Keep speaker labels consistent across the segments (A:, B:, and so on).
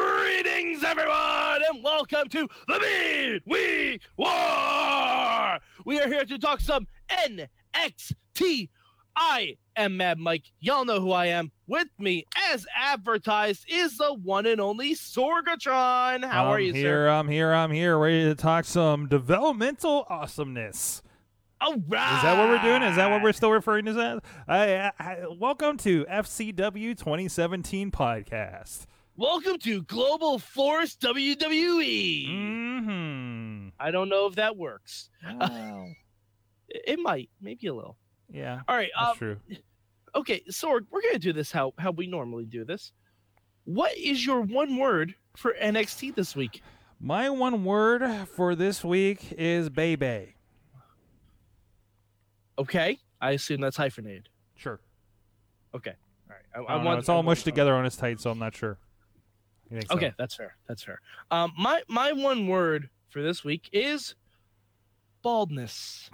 A: Greetings, everyone, and welcome to the Mean We War. We are here to talk some NXT. I am Mad Mike. Y'all know who I am. With me, as advertised, is the one and only Sorgatron. How
B: I'm
A: are you,
B: here,
A: sir?
B: I'm here. I'm here. Ready to talk some developmental awesomeness.
A: All right.
B: Is that what we're doing? Is that what we're still referring to as? I, I, I- welcome to FCW 2017 podcast.
A: Welcome to Global Force WWE.
B: Mm. Mm-hmm.
A: I don't know if that works.
C: Wow.
A: It, it might, maybe a little.
B: Yeah,
A: All right.
B: that's
A: Um,
B: true.
A: okay, Sorg, we're gonna do this how how we normally do this. What is your one word for NXT this week?
B: My one word for this week is baby.
A: Okay, I assume that's hyphenated.
B: Sure.
A: All right, I,
B: I,
A: I
B: don't know.
A: want
B: It's all
A: I want-
B: mushed together on his tight, so I'm not sure. You think so?
A: Okay, that's fair. That's fair. Um, my my one word for this week is baldness.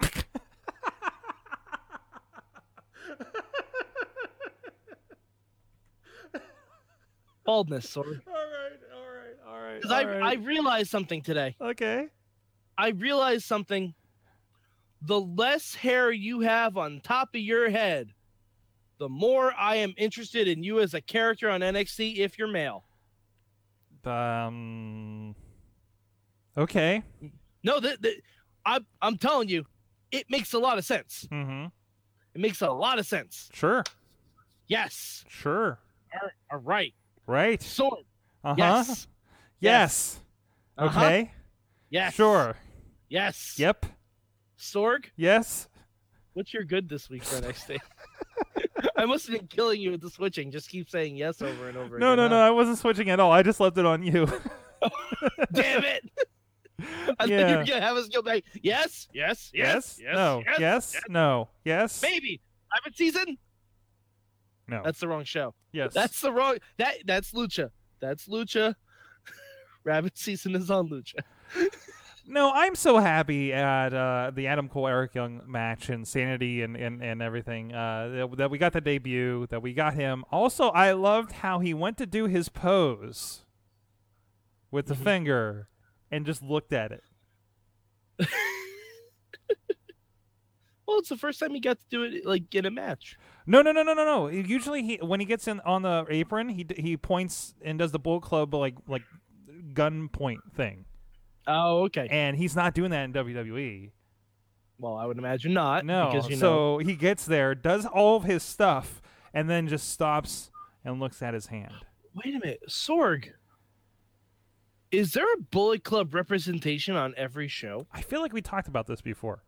A: baldness, Sorg.
B: All right. All right.
A: Because I I realized something today.
B: I. Okay.
A: I realized something. The less hair you have on top of your head, the more I am interested in you as a character on NXT if you're male.
B: Um. Okay.
A: No, th- th- I, I'm telling you, it makes a lot of sense.
B: Mm-hmm.
A: It makes a lot of sense.
B: Sure.
A: Yes.
B: Sure.
A: All right. All right.
B: Right.
A: Sword.
B: Uh huh.
A: Yes.
B: Yes.
A: Uh-huh.
B: Okay.
A: Yes.
B: Sure.
A: Yes.
B: Yep.
A: Sorg,
B: Yes.
A: what's your good this week for NXT? I must have been killing you with the switching. Just keep saying yes over and over
B: No, no,
A: again.
B: no. I wasn't switching at all. I just left it on you.
A: Damn it. I think
B: Yeah.
A: you're gonna have us go back. Yes, yes, yes, yes,
B: No.
A: yes,
B: No. Yes.
A: Maybe I'm a season.
B: No.
A: That's the wrong show.
B: yes.
A: That's the wrong. That that's Lucha. That's Lucha. Rabbit season is on Lucha.
B: No, I'm so happy at uh, the Adam Cole Eric Young match and Sanity and, and, and everything uh, that, that we got the debut, that we got him. Also, I loved how he went to do his pose with the
A: Mhm.
B: finger and just looked at it.
A: Well, it's the first time he got to do it like in a match.
B: No, no, no, no, no, no. Usually, he when he gets in on the apron, he d- he points and does the bull club like like gun point thing,
A: Oh, okay.
B: and he's not doing that in WWE.
A: Well, I would imagine not.
B: No,
A: because you know.
B: so he gets there, does all of his stuff, and then just stops and looks at his hand.
A: Wait a minute, Sorg. Is there a Bullet Club representation on every show?
B: I feel like we talked about this before.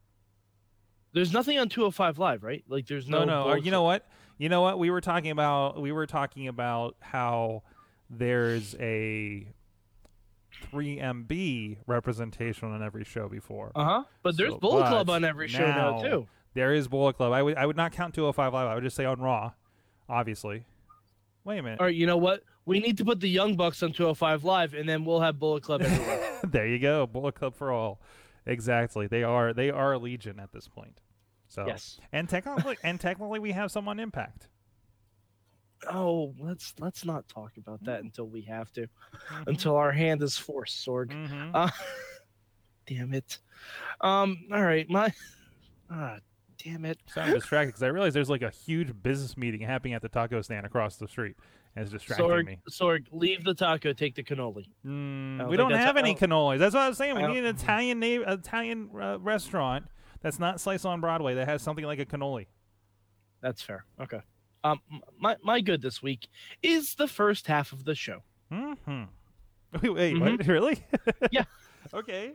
A: There's nothing on 205 Live, right? Like, there's no.
B: no, no.
A: Bullet
B: You know what? You know what? We were talking about we were talking about how there's a 3MB representation on every show before.
A: Uh huh. But there's
B: So-
A: Bullet Club
B: but
A: on every show now
B: now-
A: too.
B: There is Bullet Club. I would I would not count 205 Live. I would just say on Raw, obviously. Wait a minute.
A: All right, you know what? We need to put the Young Bucks on 205 Live, and then we'll have Bullet Club everywhere.
B: there you go. Bullet Club for all. Exactly. They are they are a legion at this point. So
A: yes.
B: and technically and technically we have some on Impact.
A: Oh, let's let's not talk about that until we have to,
B: Mm-hmm.
A: until our hand is forced, Sorg.
B: Mhm.
A: Uh, damn it. Um. All right, my. Ah, damn it.
B: So I'm distracted because I realize there's like a huge business meeting happening at the taco stand across the street, and it's distracting
A: Sorg,
B: me.
A: Sorg, leave the taco, take the cannoli.
B: Mm,
A: I don't
B: we
A: think
B: don't
A: that's-
B: have
A: I
B: any
A: don't-
B: cannolis. That's what I was saying. We
A: I
B: need an Italian na- Italian uh, restaurant that's not Slice on Broadway that has something like a cannoli.
A: That's fair. Okay. Um. My my good this week is the first half of the show.
B: hmm Wait, wait what? Really?
A: Mm-hmm. Yeah.
B: okay.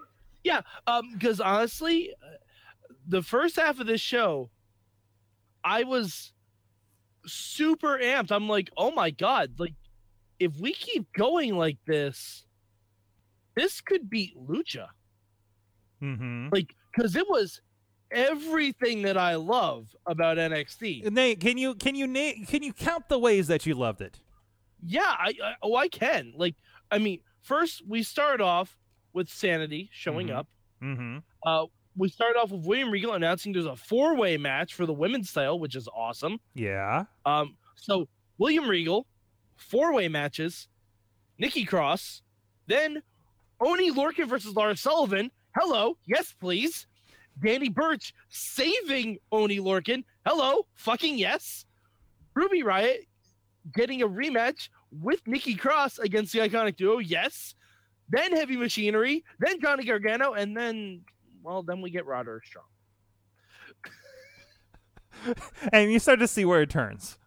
A: Um, because honestly, uh, the first half of this show, I was super amped. I'm like, oh my god, like if we keep going like this, this could beat Lucha
B: Mm-hmm.
A: because it was everything that I love about NXT.
B: Uh, Nate, can you can you Nate, can you count the ways that you loved it?
A: Yeah, I, I oh I can. Like, I mean, first we start off with Sanity showing
B: Mhm.
A: up.
B: Mm-hmm.
A: We start off with William Regal announcing there's a four way match for the women's title, which is awesome.
B: Yeah.
A: Um, so William Regal, four way matches, Nikki Cross, Then Oni Lorcan versus Lars Sullivan. Hello, yes, please. Danny Birch saving Oni Lorcan. Hello, fucking yes. Ruby Riot getting a rematch with Nikki Cross against the iconic duo. Yes. Then Heavy Machinery. Then Johnny Gargano. And then, well, then we get Roderick Strong.
B: and you start to see where it turns.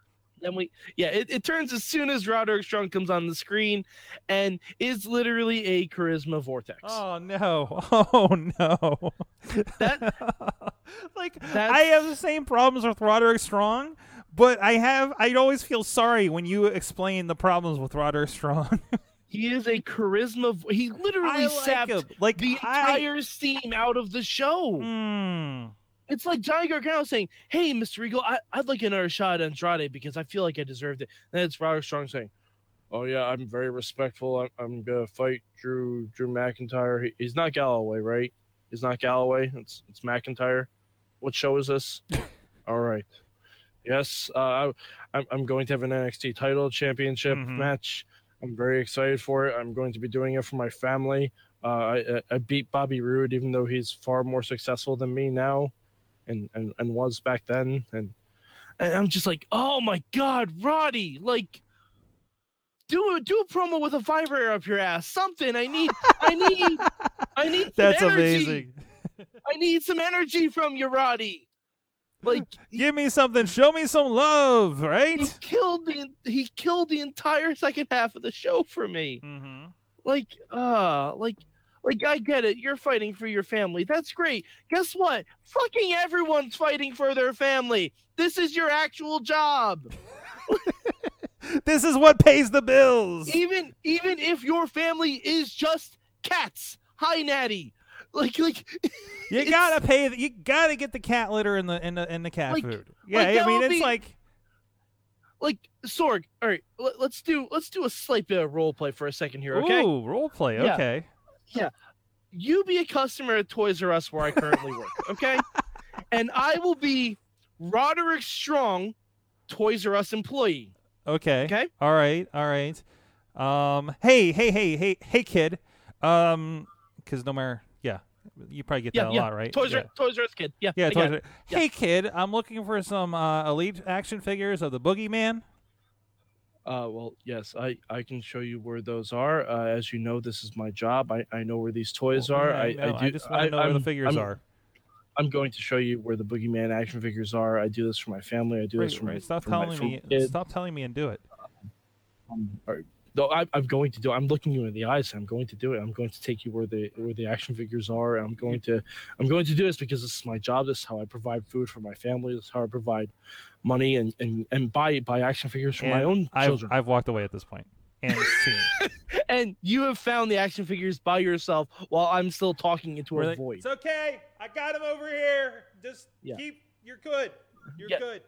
A: Then we, yeah, it, it turns as soon as Roderick Strong comes on the screen and is literally a charisma vortex.
B: Oh no! Oh no!
A: That-
B: like
A: That's-
B: I have the same problems with Roderick Strong, but I have I always feel sorry when you explain the problems with Roderick Strong.
A: He is a charisma. vo- He literally
B: I like
A: sapped
B: him. Like
A: the
B: I,
A: entire steam out of the show.
B: Mm.
A: It's like Johnny Gargano saying, "Hey, Mr. Regal, I, I'd like another shot at Andrade because I feel like I deserved it." And it's Roderick Strong saying, "Oh yeah, I'm very respectful. I'm, I'm gonna fight Drew Drew McIntyre. He, he's not Galloway, right? He's not Galloway. It's it's McIntyre. What show is this? All right, yes, uh, I, I'm I'm going to have an NXT title championship
B: Mhm.
A: match. I'm very excited for it. I'm going to be doing it for my family. Uh, I, I- I beat Bobby Roode, even though he's far more successful than me now, and and, and was back then. And and I'm just like, oh my god, Roddy, like, do a do a promo with a vibrator up your ass, something. I need, I need, I need. some
B: That's
A: energy.
B: amazing.
A: I need some energy from you, Roddy. Like
B: Give me something. Show me some love,
A: he
B: right?
A: killed the he killed the entire second half of the show for me.
B: Mm-hmm.
A: like uh like like i get it you're fighting for your family that's great guess what fucking everyone's fighting for their family this is your actual job
B: This is what pays the bills.
A: even even if your family is just cats hi natty like like
B: You
A: It's-
B: gotta pay. The, you gotta get the cat litter and the and the, and the cat
A: Like-
B: food. Yeah,
A: like,
B: I
A: that
B: mean
A: would
B: it's
A: be-
B: like
A: like sorg all right let, let's do let's do a slight bit of role play for a second here okay
B: ooh role play.
A: Yeah.
B: Okay,
A: you be a customer at Toys R Us where I currently work, okay? And I will be Roderick Strong, Toys R Us employee.
B: okay,
A: Okay.
B: All right, all right. Um, hey, hey, hey, hey, hey, kid. Um, because no matter, yeah, you probably get
A: Yeah,
B: that a
A: yeah.
B: lot, right?
A: Toys
B: yeah.
A: R Toys R Us kid. Yeah.
B: Yeah,
A: I got
B: Toys
A: it.
B: R-
A: Yeah.
B: Hey, kid, I'm looking for some uh, elite action figures of the Boogeyman.
A: Uh, well, yes, I, I can show you where those are. Uh, as you know, this is my job. I, I know where these toys
B: Well,
A: are.
B: yeah,
A: I, I,
B: know.
A: do,
B: just want to know where the
A: I'm-
B: figures
A: I'm-
B: are.
A: I'm going to show you where the Boogeyman action figures are. I do this for my family. I do this
B: Right,
A: for my
B: right. Stop
A: for my-
B: telling
A: for my
B: me.
A: kid.
B: Stop telling me and do it.
A: Um, all right. No, I, I'm going to do. I'm looking you in the eyes. I'm going to do it. I'm going to take you where the where the action figures are. I'm going to I'm going to do this because this is my job. This is how I provide food for my family. This is how I provide money and and and buy buy action figures for my
B: And
A: own
B: I've
A: children.
B: I've walked away at this point. And seen.
A: and you have found the action figures by yourself while I'm still talking into
B: We're
A: a
B: like,
A: void.
B: It's okay. I got him over here. Just
A: Yeah.
B: keep. You're good. You're
A: Yeah.
B: good.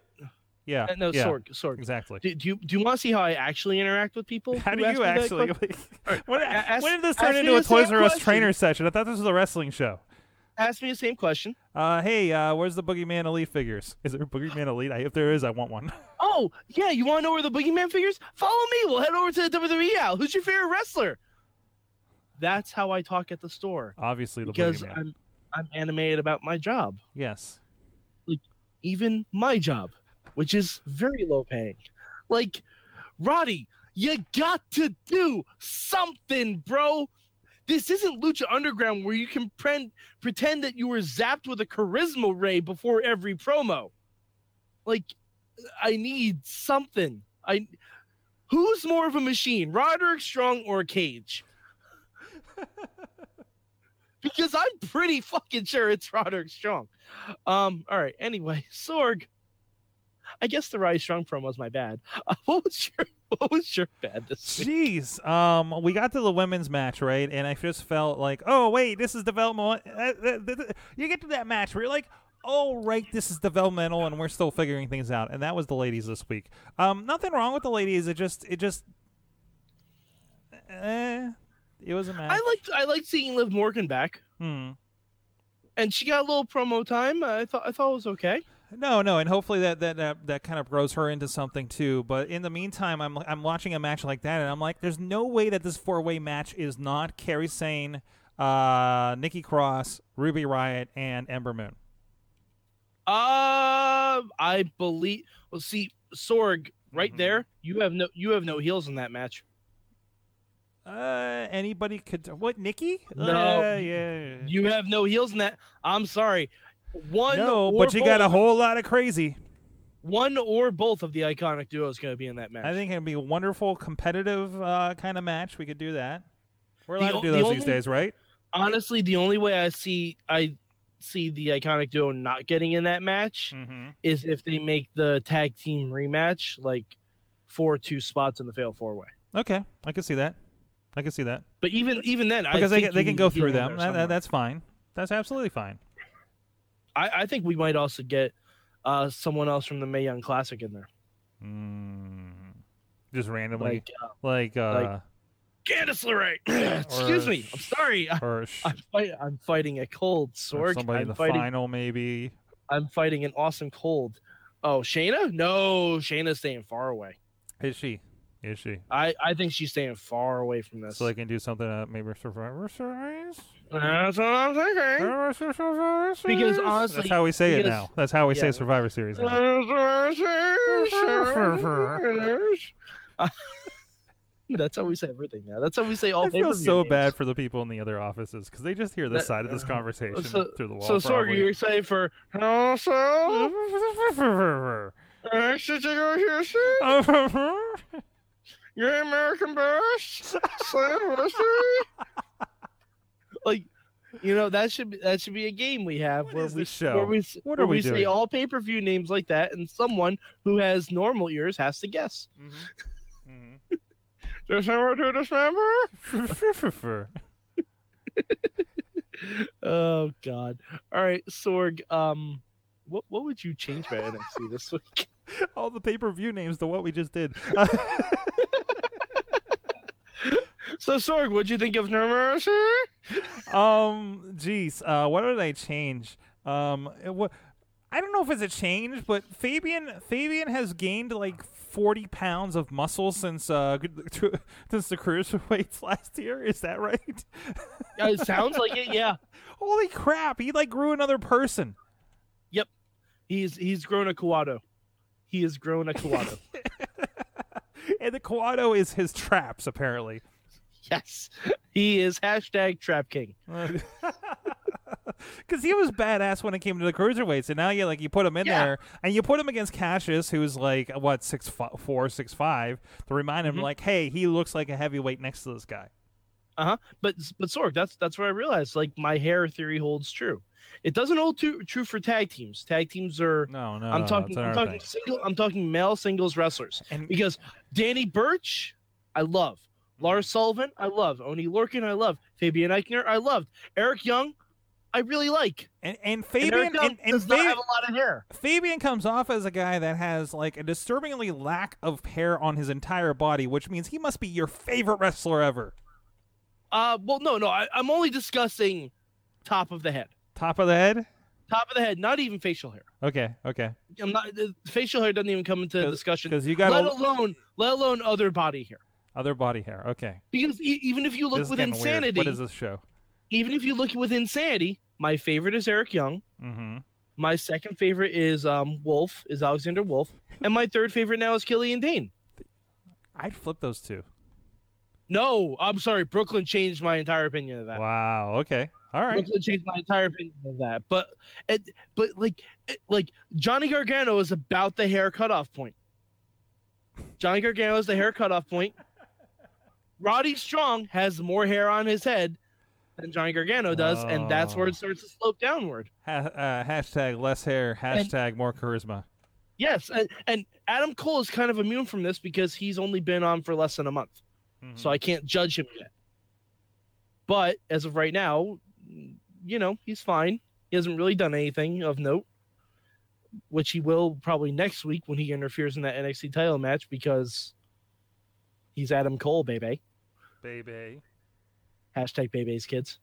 B: Yeah.
A: Uh, no,
B: yeah,
A: Sorg, Sorg.
B: Exactly.
A: Do, do you do you want to see how I actually interact with people?
B: How
A: who
B: do
A: ask
B: you
A: me that
B: actually?
A: question?
B: when,
A: ask-
B: when did this
A: ask
B: turn
A: me
B: into a
A: the same
B: Toys R Us
A: question.
B: trainer session? I thought this was a wrestling show.
A: ask me the same question?
B: Uh, hey, uh, where's the Boogeyman Elite figures? Is there a Boogeyman Elite? I, if there is, I want one.
A: Oh, yeah, you want to know where the boogeyman figures? Follow me. We'll head over to the WWE aisle. Who's your favorite wrestler? That's how I talk at the store
B: Obviously, the
A: because
B: Boogeyman.
A: I'm I'm animated about my job,
B: yes.
A: even my job, which is very low paying. Like, Roddy, you got to do something, bro. This isn't Lucha Underground where you can pretend pretend that you were zapped with a charisma ray before every promo. Like, I need something. I who's more of a machine, Roderick Strong or Cage? because I'm pretty fucking sure it's Roderick Strong. Um, all right. Anyway, Sorg. I guess the Roderick Strong promo was my bad. Uh, what was your What was your bad this week?
B: Jeez, um, we got to the women's match, right? And I just felt like, oh wait, this is developmental. Uh, th- th- th- You get to that match where you're like, oh right, this is developmental, and we're still figuring things out. And that was the ladies this week. Um, nothing wrong with the ladies. It just, it just, eh, it was a match.
A: I liked I liked seeing Liv Morgan back,
B: Hmm.
A: and she got a little promo time. I thought I thought it was okay.
B: No, no, and hopefully that that, that that kind of grows her into something too. But in the meantime, I'm I'm watching a match like that, and I'm like, there's no way that this four way match is not Carrie Sane, uh, Nikki Cross, Ruby Riot, and Ember Moon.
A: Um, I believe. Well, see, Sorg, right
B: Mhm.
A: there. You have no, you have no heels in that match.
B: Uh, anybody could what Nikki?
A: No.
B: Uh, yeah.
A: You have no heels in that. I'm sorry. One,
B: no,
A: or
B: but you got a
A: both-
B: whole lot of crazy.
A: one or both of the iconic duo is going to be in that match.
B: I think it'd be a wonderful competitive uh, kind of match. We could do that. We're
A: The
B: allowed
A: o-
B: to do
A: the
B: those
A: only-
B: these days, right?
A: honestly, the only way I see I see the iconic duo not getting in that match
B: Mm-hmm.
A: is if they make the tag team rematch like for two spots in the fail four way.
B: Okay, I can see that. I can see that
A: But even even then,
B: because
A: I
B: they
A: think
B: they
A: you
B: can
A: need
B: go
A: to get
B: through
A: in there
B: them. That-
A: somewhere.
B: that- that's fine. That's absolutely fine.
A: I, I think we might also get uh, someone else from the Mae Young Classic in there,
B: Mm. Just randomly,
A: like uh,
B: like, uh,
A: Candice LeRae. Excuse
B: Or-
A: me, I'm sorry. I,
B: or, sh-
A: I'm, fight, I'm fighting a cold,
B: or
A: Sorg.
B: somebody in
A: I'm
B: the
A: fighting.
B: final, maybe.
A: I'm fighting an awesome cold. Oh, Shayna? No, Shayna's staying far away.
B: Is she? Is she?
A: I, I think she's staying far away from this.
B: So they can do something. Uh, maybe Survivor Series.
A: That's what I'm thinking.
B: Survivor Series.
A: Because honestly-
B: that's how we say it
A: because-
B: now. That's how we say
A: yeah.
B: Survivor Series. Now.
A: That's how we say everything now. That's how we say all
B: I feel
A: pay-per-view
B: so
A: names.
B: bad for the people in the other offices because they just hear this
A: That- uh,
B: side of this conversation
A: so-
B: through the wall.
A: So, Sorg, you're excited for. Also,
B: probably.
A: uh, should you go here soon?
B: Mm-hmm.
A: You're American Bash? like, you know, that should be that should be a game we have
B: What
A: where
B: is
A: we
B: this show?
A: where we s-
B: What
A: where
B: are we
A: we say
B: doing?
A: all pay per view names like that, and someone who has normal ears has to guess.
B: Mm-hmm.
A: December to December. Oh God! All right, Sorg. Um, what what would you change by NXT this week?
B: All the pay per view names to what we just did.
A: So Sorg, what'd you think of No Mercy?
B: um, geez, uh, what did I change? Um, it wa- I don't know if it's a change, but Fabian Fabian has gained like forty pounds of muscle since uh since the cruiserweights last year. Is that right?
A: Uh, It sounds like it. Yeah,
B: Holy crap! He like grew another person.
A: he's he's grown a Kawato. He has grown a Kawato.
B: And the Kawato is his traps, apparently.
A: yes, he is hashtag Trap King.
B: Because he was badass when it came to the cruiserweights, and now you like you put him in
A: Yeah.
B: there, and you put him against Cassius, who's like what six fi- four, six five, to remind him
A: Mhm.
B: like, hey, he looks like a heavyweight next to this guy.
A: But but Sorg, that's that's what I realized. Like my hair theory holds true. It doesn't hold too, true for tag teams. Tag teams are.
B: No, no,
A: I'm
B: no,
A: talking.
B: it's
A: I'm
B: another
A: talking
B: thing.
A: single. I'm talking male singles wrestlers.
B: And
A: because Danny Birch, I love. Lars Sullivan, I love. Oni Lorkin, I love. Fabian Eichner, I loved. Eric Young, I really like.
B: and, and
A: And Eric
B: Fabian
A: Young
B: and, and
A: does not
B: Fa-
A: have a lot of hair.
B: Fabian comes off as a guy that has like a disturbingly lack of hair on his entire body, which means he must be your favorite wrestler ever.
A: Uh, well, no, no, I, I'm only discussing top of the head,
B: Top of the head.
A: top of the head, not even facial hair.
B: Okay, okay.
A: I'm not. The facial hair doesn't even come into
B: Cause-
A: discussion.
B: Because you got
A: Let
B: a-
A: alone, let alone other body hair.
B: other body hair. Okay.
A: Because e- even if you
B: This
A: look
B: is
A: with
B: getting weird.
A: insanity,
B: What is this show?
A: even if you look with insanity, my favorite is Eric Young.
B: Mm-hmm.
A: My second favorite is um, Wolf, is Alexander Wolf, and my third favorite now is Killian Dane.
B: I'd flip those two.
A: No, I'm sorry, Brooklyn changed my entire opinion of that.
B: Wow. Okay. All right.
A: Brooklyn changed my entire opinion of that. But, it, but like, it, like Johnny Gargano is about the hair cutoff point. Johnny Gargano is the hair cutoff point. Roddy Strong has more hair on his head than Johnny Gargano does, and that's where
B: Oh.
A: it starts to slope downward.
B: Ha- uh, hashtag less hair.
A: And-
B: Hashtag more charisma.
A: Yes, and, and Adam Cole is kind of immune from this because he's only been on for less than a month.
B: Mm-hmm.
A: so I can't judge him yet. But as of right now, you know, he's fine. He hasn't really done anything of note, which he will probably next week when he interferes in that NXT title match because he's Adam Cole, baby.
B: baby.
A: Hashtag baby's kids.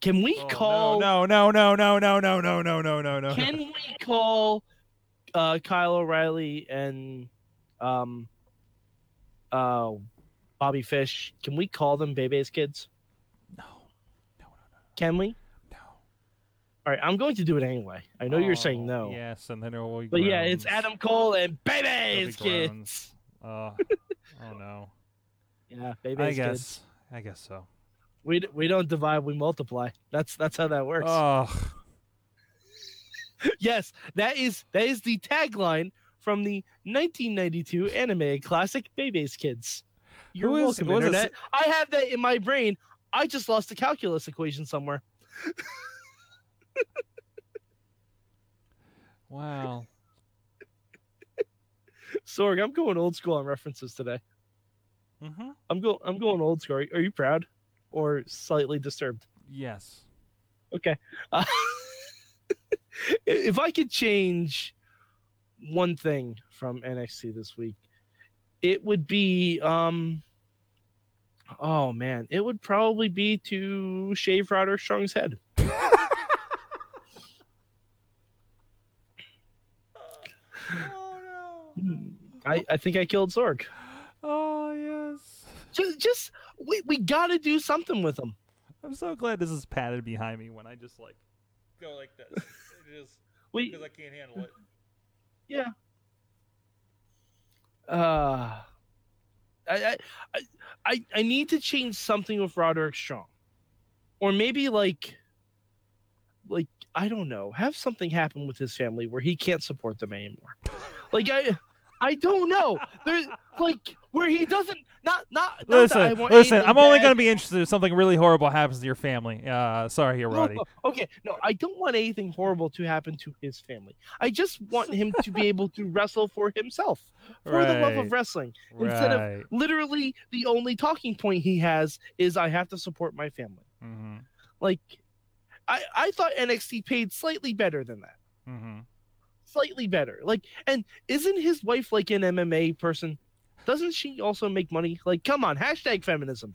A: Can we
B: Oh,
A: call?
B: No. No. No. No. No. No. No. No. No. No. No.
A: Can we call uh, Kyle O'Reilly and um, uh, Bobby Fish, can we call them Bebe's kids?
B: No. No, no,
A: Can we?
B: no,
A: All right, I'm going to do it anyway. I know
B: no.
A: you're saying no,
B: Oh, Yes, and then it will be
A: but yeah, it's
B: groans.
A: Adam Cole and Bebe's
B: It'll be
A: kids.
B: groans. Oh, oh no.
A: Yeah,
B: I
A: Bebe's
B: guess.
A: kids.
B: I guess so.
A: We d- we don't divide, we multiply. That's that's how that works.
B: Oh,
A: yes, that is that is the tagline from the 1992 anime classic Bebe's Kids. You're
B: Who is-
A: welcome,
B: who is this-
A: internet. I have that in my brain. I just lost the calculus equation somewhere.
B: wow.
A: Sorg, I'm going old school on references today.
B: Mm-hmm.
A: I'm go I'm going old school. Are are you proud or slightly disturbed?
B: Yes.
A: Okay. Uh, if I could change one thing from NXT this week, it would be um oh man, it would probably be to shave Roderick Strong's head.
B: Oh
A: Hmm. I, I think I killed Sorg.
B: Oh yes.
A: Just just we, we gotta do something with him.
B: I'm so glad this is padded behind me when I just like go like this. It just
A: We
B: because I can't handle it.
A: uh I, I I I need to change something with Roderick Strong. Or maybe like like I don't know, have something happen with his family where he can't support them anymore. Like I I don't know. There's like where he doesn't not not, not that I
B: Listen,
A: want
B: listen.
A: anything
B: I'm only
A: bad.
B: gonna be interested if something really horrible happens to your family. Uh, sorry, here, Roddy.
A: No, okay, no, I don't want anything horrible to happen to his family. I just want him to be able to wrestle for himself. For the love of
B: Right,
A: wrestling.
B: right.
A: instead of- literally the only talking point he has is I have to support my family.
B: hmm
A: Like I I thought NXT paid slightly better than that.
B: hmm
A: Slightly better. Like and isn't his wife like an MMA person? Doesn't she also make money? Like come on, hashtag feminism.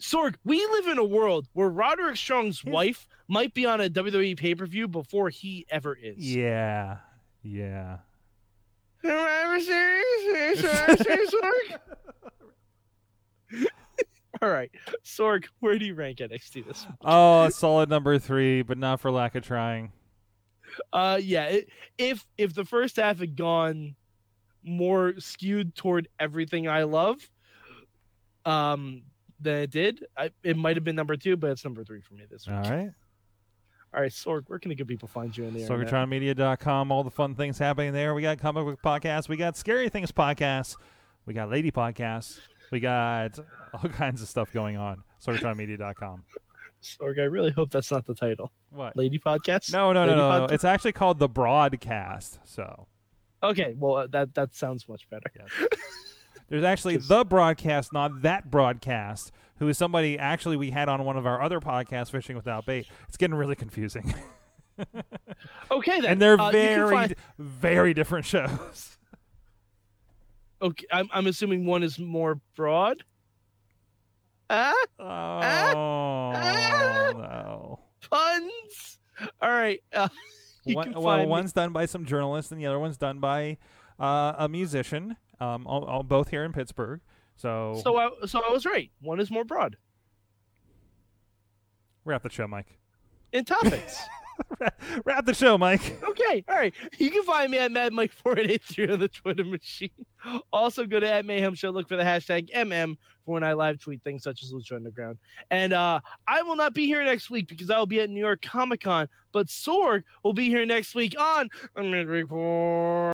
A: Sorg, we live in a world where Roderick Strong's
B: His-
A: wife might be on a WWE pay-per-view before he ever is.
B: Yeah, yeah.
A: Survivor Series, Survivor Series, Sorg. All right, Sorg, where do you rank NXT this? week?
B: Oh, solid number three, but not for lack of trying.
A: Uh, yeah, it, if if the first half had gone more skewed toward everything I love, um, than it did, I, it might have been number two, but it's number three for me this week.
B: All right.
A: All right, Sorg, where can the good people find you in the internet?
B: SorgatronMedia.com. All the fun things happening there. We got comic book podcasts. We got scary things podcasts. We got lady podcasts. We got all kinds of stuff going on. SorgatronMedia.com.
A: Sorg, I really hope that's not the title,
B: What?
A: Lady Podcast.
B: No, no, no,
A: Lady
B: no, no.
A: Podcast?
B: It's actually called the broadcast. So
A: Okay, well uh, that that sounds much better.
B: there's actually
A: Just-
B: the broadcast, not that broadcast. Who is somebody actually we had on one of our other podcasts, Fishing Without Bait? It's getting really confusing,
A: Okay, then,
B: and they're
A: uh, you can
B: very,
A: find-
B: very different shows.
A: Okay, I'm, I'm assuming one is more broad. Ah,
B: Oh
A: ah.
B: no!
A: puns. All right. Uh, you
B: One,
A: can
B: well,
A: find me-
B: one's done by some journalists, and the other one's done by uh, a musician. Um, all, all, both here in Pittsburgh. So,
A: So I, so I was right. One is more broad
B: wrap the show, Mike.
A: in topics.
B: wrap the show, Mike.
A: okay. All right. You can find me at Mad Mike four eight eight three on the Twitter machine. Also, go to at Mayhem Show. Look for the hashtag MM for when I live tweet things such as Lucha Underground. And uh, I will not be here next week because I will be at New York Comic Con. But Sorg will be here next week on. I'm gonna report.